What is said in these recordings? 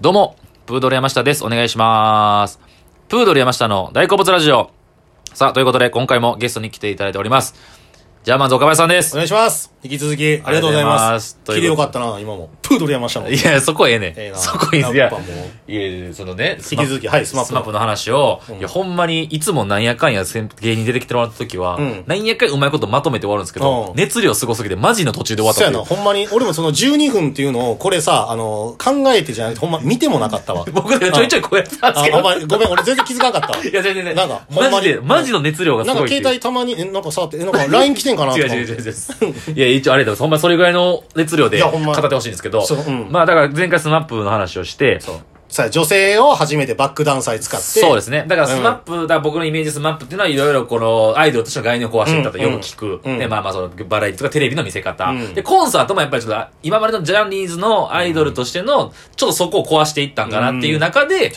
どうも、プードル山下です。お願いします。プードル山下の大好物ラジオ。さあ、ということで、今回もゲストに来ていただいております。ジャーマンズ岡林さんです。お願いします。引き続き、ありがとうございます。切りよかったな、今も。プードル山下の。いや、そこええねん。ええそこいいっすや。いやいや、そのね、引き続き、はい、スマップ。スマップの話を、うん、いや、ほんまに、いつもなんやかんや芸人出てきてもらった時は、うん、なんやかんうまいことまとめて終わるんですけど、うん、熱量すごすぎて、マジの途中で終わったそうやな、ほんまに、俺もその12分っていうのを、これさ、あの、考えてじゃなくて、ほんま見てもなかったわ。僕ち ょいちょいこうやってたんですけど。ごめん、俺全然気づかなかった。いや、全然ね。なんか、マジで、マジの熱量がすごい。なんか携帯たまに、え、なんかさ、え、なんか LINE 来てんかな違う違う違う違う。いや、一応あれだ、ほんまそれぐらいの熱量で語ってほしいんですけど、ま,うん、まあだから前回スマップの話をして、さあ、女性を初めてバックダンサー使って。そうですね。だからスマップ、うん、だ僕のイメージスマップっていうのはいろいろこのアイドルとしての概念を壊していったとよく聞く。うんうん、で、まあまあそのバラエティとかテレビの見せ方、うん、で、コンサートもやっぱりちょっと今までのジャニーズのアイドルとしてのちょっとそこを壊していったんかなっていう中で、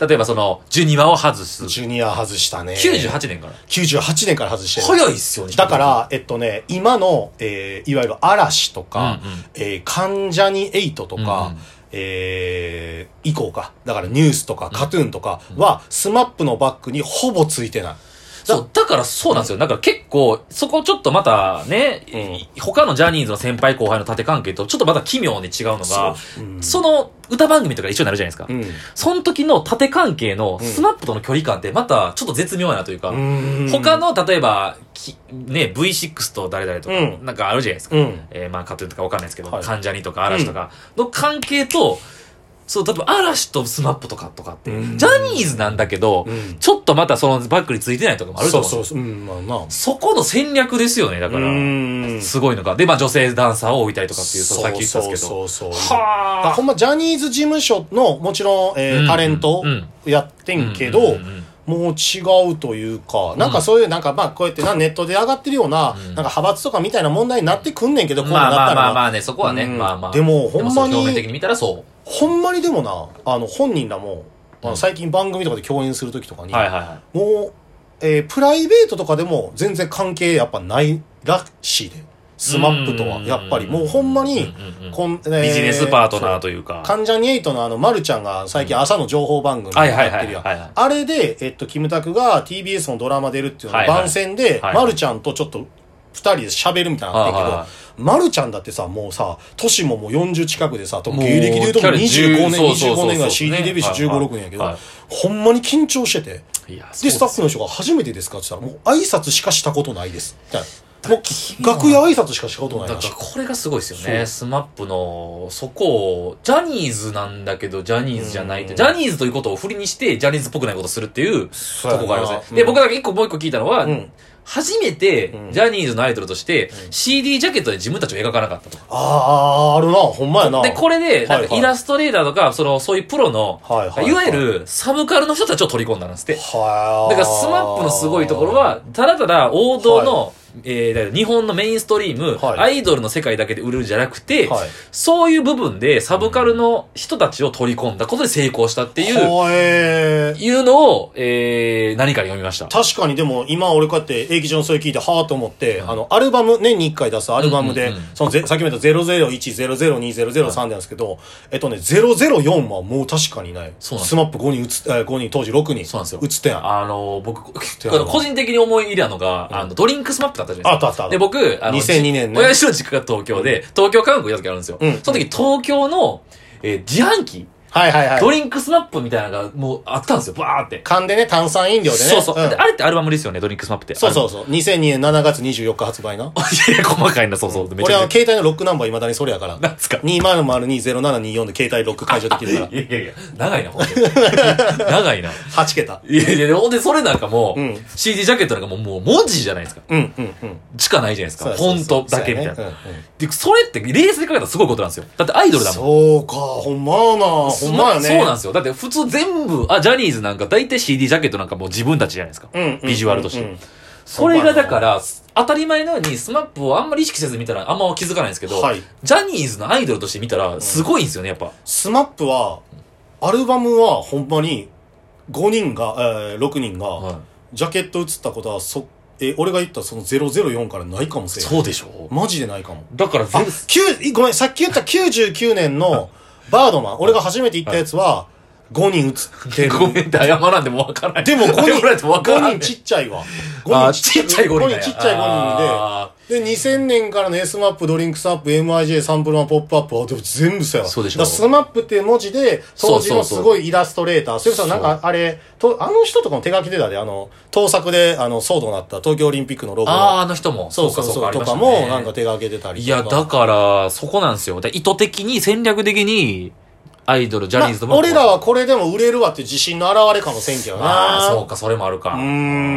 例えばその、ジュニアを外す。ジュニア外したね。 98年から ?98 年から外してる。早いっすよね。だから、えっとね、今の、えー、いわゆる嵐とか、うんうん、えー、関ジャニエイトとか、うんうんえー、以降か。だからニュースとかカトゥーンとかは、スマップのバックにほぼついてない。。そう、だからそうなんですよ。だから結構、そこちょっとまたね、うん、他のジャニーズの先輩後輩の縦関係とちょっとまた奇妙に違うのが、そ,うん、その歌番組とか一緒になるじゃないですか。うん、その時の縦関係のスマップとの距離感ってまたちょっと絶妙やなというか、他の例えば、ね、V6 と誰々とか、なんかあるじゃないですか。うん、えー、まあ、カトゥーンとかわかんないですけど、はい、関ジャニとか嵐とかの関係と、そう、多分、嵐とスマップとかとかって、ジャニーズなんだけど、ちょっとまたそのバックについてないとかもあると思う。そうそうそう。うん、まあな。そこの戦略ですよね、だから。すごいのか。で、まあ女性ダンサーを置いたりとかっていう、さっき言ったんですけど。そうそうそうはあ。ほんま、ジャニーズ事務所の、もちろん、えー、タレントやってんけど、もう違うというか、なんかそういう、なんかまあこうやってな、ネットで上がってるような、なんか派閥とかみたいな問題になってくんねんけど、こうなったら。まあまあね、そこはね、まあまあ。でも、ほんまに。表面的に見たらそう。ほんまにでもな、あの、本人らも、あの最近番組とかで共演するときとかに、もう、えー、プライベートとかでも全然関係やっぱないらしいで。スマップとは、やっぱり。もうほんまに、こん、ビジネスパートナーというか。関ジャニエイトのあの、まるちゃんが最近朝の情報番組やってるやん。あれで、えっと、キムタクが TBS のドラマ出るっていうのを番宣で、まるちゃんとちょっと二人で喋るみたいなのあったけど、はい、まるちゃんだってさ、もうさ、年ももう40近くでさ、芸歴で言うともう25年、25年が CD デビューして15、6年やけど、はいはい、ほんまに緊張してて。で、スタッフの人が初めてですかって言ったら、もう挨拶しかしたことないです。もう楽屋挨拶しかしたことないだからこれがすごいですよね。スマップの、そこを、ジャニーズなんだけど、ジャニーズじゃないって、ジャニーズということを振りにして、ジャニーズっぽくないことするっていう、とこがありますね。で、僕が一個もう一個聞いたのは、うん初めて、ジャニーズのアイドルとして、CD ジャケットで自分たちを描かなかったとか。ああ、あるな、ほんまやな。で、これで、なんかイラストレーターとか、その、そういうプロの、いわゆるサブカルの人たちを取り込んだんですって。はい。だから、スマップのすごいところは、ただただ王道の、えー、日本のメインストリーム、はい、アイドルの世界だけで売るんじゃなくて、はい、そういう部分でサブカルの人たちを取り込んだことで成功したっていう、えー、いうのを、えー、何かに読みました。確かにでも今俺こうやって劇場のそれ聞いて、はぁと思って、うん、あの、アルバム、年に1回出すアルバムで、そのぜ、さっきも言った001、002、003なんですけど、はい、えっとね、004はもう確かにない。そうなんスマップ5人映っ、5人、当時6人。そうなんですよ。映ってん。あの、僕、個人的に思い入れなのが、うん、あの、ドリンクスマップあったあったで、僕、あの、 2002年ね。親父の実家が東京で、東京韓国行った時あるんですよ。うん、その時、東京の、えー、自販機。はいはいはい。ドリンクスマップみたいなのがもうあったんですよ、バーって。缶でね、炭酸飲料でね。そうそう。あれってアルバムですよね、ドリンクスマップって。そうそうそう。2002年7月24日発売な。 いやいや、細かいな、そうそう。俺は携帯のロックナンバー未だにそれやから。なんすか ?20020724 で携帯ロック解除できる 。からいやいや、長いな、ほん長いな。 8桁。いやいや、ほんで、それなんかもう、CD ジャケットなんかもうもう文字じゃないですか。うんうんうん。しかないじゃないですか。フォントだけみたいな。で、それって冷静に考えたらすごいことなんですよ。だってアイドルだもん。そうか、ほんまなほんまやね。そうなんですよ。だって普通全部、あ、ジャニーズなんか大体 CD ジャケットなんかもう自分たちじゃないですか。ビジュアルとして。それがだから、当たり前のようにスマップをあんまり意識せず見たらあんま気づかないんですけど、はい、ジャニーズのアイドルとして見たらすごいんですよね、やっぱ。うん、。スマップは、アルバムはほんまに5人が、えー、6人が、ジャケット映ったことはそっえ、俺が言ったその004からないかもしれないそうでしょマジでないかも。だから全、ごめん、さっき言った99年の、バードマン、俺が初めて行ったやつは、5人映ってる。 ごめんって謝らんでも分からん。でも5人、 5人ちっちゃいわ。 5人ちっちゃい5人。 5人ちっちゃい5人で。で、2000年からの S マップ、ドリンクスアップ、MIJ、サンプルマン、ポップアップは、でも全部さよ。そうでしょ。スマップっていう文字で、当時のすごいイラストレーター。それこそなんか、あれ、と、あの人とかも手書きでだで、あの、盗作で、あの、騒動になった東京オリンピックのロゴ。ああ、あの人も。そうそうそう。とかも、なんか手書きでたりいや、だから、そこなんですよ。意図的に、戦略的に、アイドル、ジャニーズとも、まあ、俺らはこれでも売れるわって自信の表れかもせんけどな。ああ、そうか、それもあるか。うん。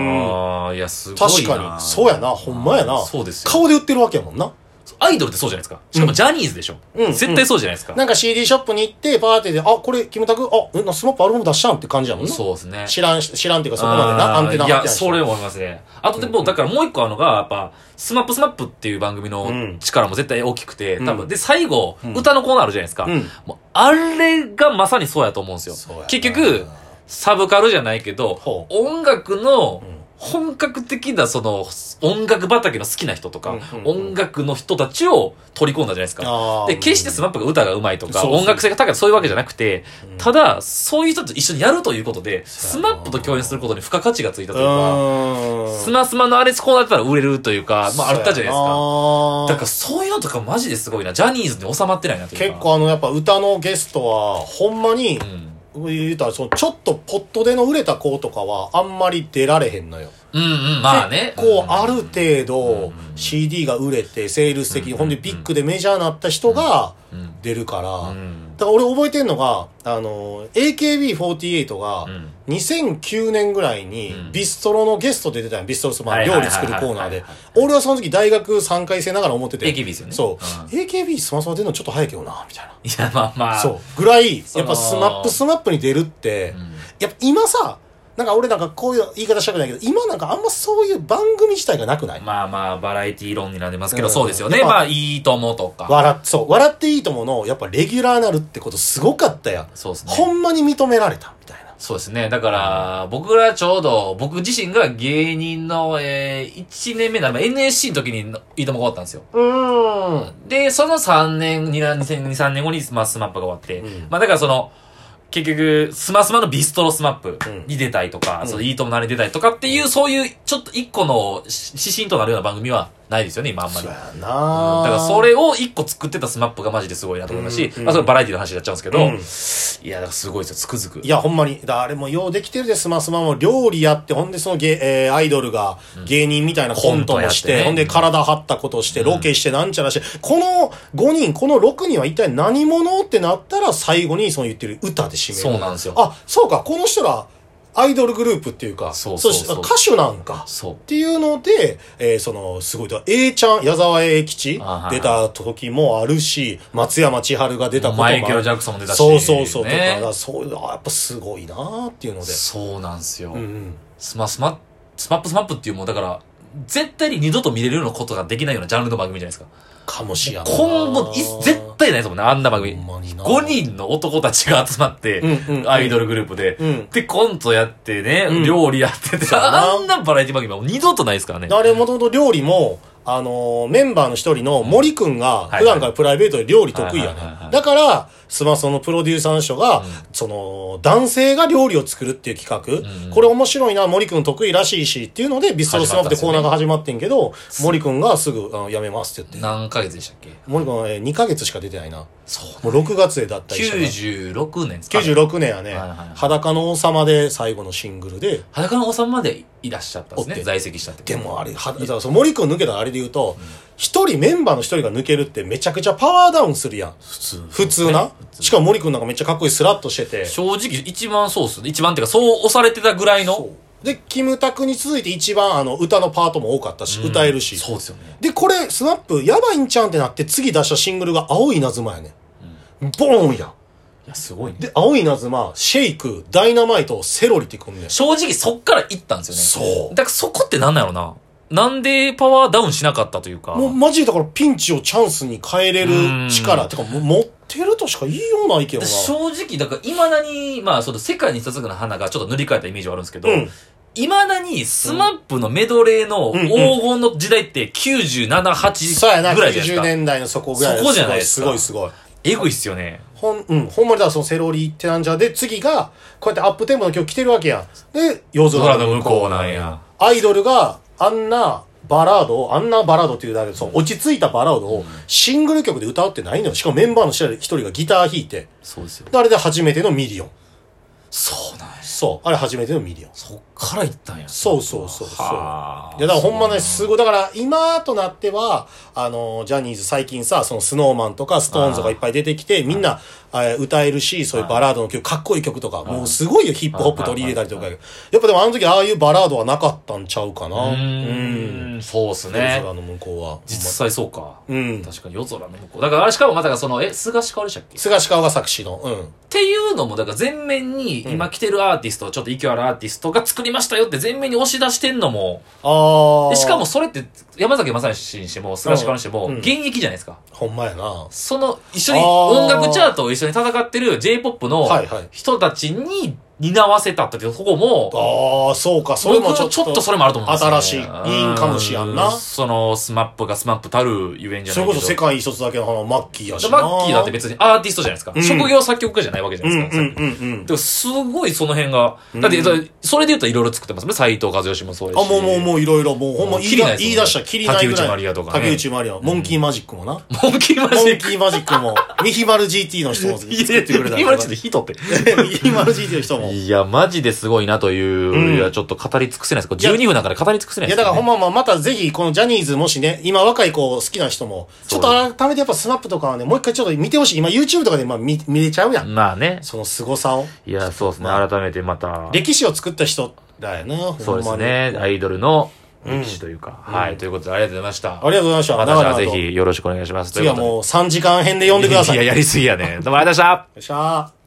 あいや、すごい確かに。そうやな、ほんまやな。そうです顔で売ってるわけやもんな。アイドルってそうじゃないですか。しかもジャニーズでしょ。うん。絶対そうじゃないですか。なんか CD ショップに行って、パーティーで、あ、これ、キムタク、あ、え、スマップアルバム出したんって感じやもんな。そうですね。知らん、知らんっていうか、そこまでな、アンテナいや、それもありますね。あとでも、だからもう一個あるのが、やっぱ、スマップスマップっていう番組の力も絶対大きくて、多分、で、最後、歌のコーナーあるじゃないですか。もう、あれがまさにそうやと思うんですよ。結局、サブカルじゃないけど、音楽の、本格的なその音楽畑の好きな人とか、音楽の人たちを取り込んだじゃないですか。で、決してスマップが歌が上手いとか、音楽性が高いそういうわけじゃなくて、ただ、そういう人と一緒にやるということで、スマップと共演することに付加価値がついたというか、スマスマのあれこうなったら売れるというか、まああったじゃないですか。だからそういうのとかマジですごいな。ジャニーズに収まってないなというか。結構あのやっぱ歌のゲストは、ほんまに、言うたらそのちょっとポットでの売れた子とかはあんまり出られへんのよ。うんうん、まあね。結構ある程度 CD が売れてセールス的に、ほんでビッグでメジャーになった人が出るから、だから俺覚えてんのが、あの、AKB48 が2009年ぐらいにビストロのゲストで出たんビストロスマン、料理作るコーナーで。俺はその時大学3回生ながら思ってて。 AKB ですよね。そう。AKB スマスマ出るのちょっと早いけどな、みたいな。いや、まあまあ。そう。ぐらい、やっぱスマップスマップに出るって、やっぱ今さ、なんか俺なんかこういう言い方したくないけど、今なんかあんまそういう番組自体がなくないまあまあ、バラエティ論になりますけど、そうですよね。まあ、いいともとか。笑そう、笑っていいともの、やっぱレギュラーなるってことすごかったやん。そうですね。ほんまに認められた、みたいな。そうですね。だから、僕らちょうど、僕自身が芸人の、えー、1年目なら、NSC の時に、いいともが終わったんですよ。うん。で、その3年、2、3年後に、まあ、スマップが終わって、うん、まあ、だからその、結局、スマスマのビストロスマップに出たいとか、うん、そのいいともなに出たいとかっていう、そういう、ちょっと一個の指針となるような番組はないですよね、今あんまり。そうやな、うん、だからそれを一個作ってたスマップがマジですごいなと思いますし、うんうん、まあそれバラエティの話になっちゃうんですけど、うん、いや、だからすごいですよ、つくづく。いや、ほんまに。だあれもようできてるで、スマスマも料理やって、ほんでそのゲ、えー、アイドルが芸人みたいなコントもして、ね、ほんで体張ったことして、ロケしてなんちゃらして、この5人、この6人は一体何者ってなったら最後にその言ってる歌で締める。そうなんですよ。あ、そうか、この人ら、アイドルグループっていうか、そうそうそう歌手なんか。っていうので、えー、その、すごい、A ちゃん、矢沢永吉出た時もあるし、松山千春が出たこともある。マイケル・ジャクソンも出たし、そうそうそう。ね、とか、そういうのやっぱすごいなっていうので。そうなんですよ。うん、スマスマ、スマップスマップっていうもう、だから、絶対に二度と見れるようなことができないようなジャンルの番組じゃないですか。かもしれない。今後、絶対ないですもんね、あんな番組。5人の男たちが集まって、アイドルグループで、うん、で、コントやってね、うん、料理やってて、あんなバラエティ番組は二度とないですからね。。あれ、もともと料理も、あのー、メンバーの一人の森くんが、普段からプライベートで料理得意やね。だから、スマソのプロデューサーの人が、うん、その、男性が料理を作るっていう企画、うん、これ面白いな、森くん得意らしいし、っていうので、ビストロスマップでコーナーが始まってんけど、ね、森くんがすぐ、あ辞めますって言って何ヶ月でしたっけ森くんは、えー、2ヶ月しか出てないな。、そうね、もう6月でだったりした、ね。96年ですか、ね、96年やね、裸の王様で最後のシングルで。裸の王様までいらっしゃったんですね。在籍したって。でもあれ、はだからその森くん抜けたらあれで言うと、一、うん、人メンバーの一人が抜けるってめちゃくちゃパワーダウンするやん。普通、普通な。しかも森くんなんかめっちゃかっこいいスラッとしてて。正直一番そうっす。一番っていうかそう押されてたぐらいの。で、キムタクに続いて一番あの歌のパートも多かったし、うん、歌えるし。そうですよね。で、これ、スナップやばいんちゃうんってなって次出したシングルが青い稲妻やね。うん、ボーンやん。いや、すごいね。で、青い稲妻、シェイク、ダイナマイト、セロリって組んで。正直そっから行ったんです。よね。そうだからそこってなんだろうな。なんでパワーダウンしなかったというか。もうマジでだからピンチをチャンスに変えれる力ってかも持ってるとしか言いようないけどな。正直、だから未だに、まあその世界に一つの花がちょっと塗り替えたイメージはあるんですけど、うんいまだにスマップのメドレーの黄金の時代って97、8ぐらいじゃないですか。 90年代のそこぐらい。そこじゃないですか。すごいすごい。えぐいっすよね。ほん、うん、ほんまにだ、そのセロリってなんじゃで、次が、こうやってアップテンポの曲来てるわけやん。で、夜空の向こうなんや。アイドルがあんなバラードを、あんなバラードっていうだけで、そう、落ち着いたバラードをシングル曲で歌うってないのよ。しかもメンバーの一人がギター弾いて。そうですよ。で、あれで初めてのミリオン。そうなんや。そう。あれ初めてのミリオン。そっから行ったんや。そうそうそうそう。いや、だからほんまね、すごい。だから今となっては、あの、ジャニーズ最近さ、そのスノーマンとかストーンズがいっぱい出てきて、みんな、え歌えるし、そういうバラードの曲、かっこいい曲とか、もうすごいよ、ヒップホップ取り入れたりとか。やっぱでもあの時ああいうバラードはなかったんちゃうかな。うん。そうっすね。夜空の向こうは。実際そうか。うん。確かに夜空の向こう。だからあれしかもまたがその、え、菅氏香でしたっけ菅氏香が作詞の。うん。っていうのも、だから全面に、今来てるアーティスト、ちょっと勢いあるアーティストが作りましたよって全面に押し出してんのも。ああ。しかもそれって山崎正義にしても、菅氏からにしても、現役じゃないですか。ほんまやな。その、一緒に、音楽チャートを一緒に戦ってる J-POP の人たちに担わせたっていうとこも。ああ、そうか、それもちょっと。ちょっとそれもあると思うんですよ、新しい。いいんかもしやんな。その、スマップがスマップたるゆえんじゃないそれこそ世界一つだけの花、マッキーやしな。マッキーだって別にアーティストじゃないですか。職業作曲家じゃないわけじゃないですか。うんうんうん。すごいその辺が。だって、それで言うといろいろ作ってますね。斎藤和義もそうですし。あ、もうもうもういろいろ、もうほんま言い出したら切りないぐらい。竹内まりやとか竹内まりや。モンキーマジックもな。モンキー マジック。モンキーマジックも。ミヒマル GT の人も作ってくれた。ミヒマル GT 人って。ミヒマル GT の人も。いや、マジですごいなという、いや、ちょっと語り尽くせないです。12分だから語り尽くせないです。いや、だからほんまま、またぜひ、このジャニーズもしね、今若い子好きな人も、ちょっと改めてやっぱスマップとかはね、もう一回ちょっと見てほしい。今 YouTube とかでまあ見見れちゃうやん。まあね。その凄さを。いや、そうですね。改めてまた。歴史を作った人だよな、そうですね。アイドルの歴史というか。はい。ということで、ありがとうございました。ありがとうございました。またじゃあぜひよろしくお願いします。次はもう3時間編で呼んでください。いや、やりすぎやね。どうもありがとうございました。よっしゃー。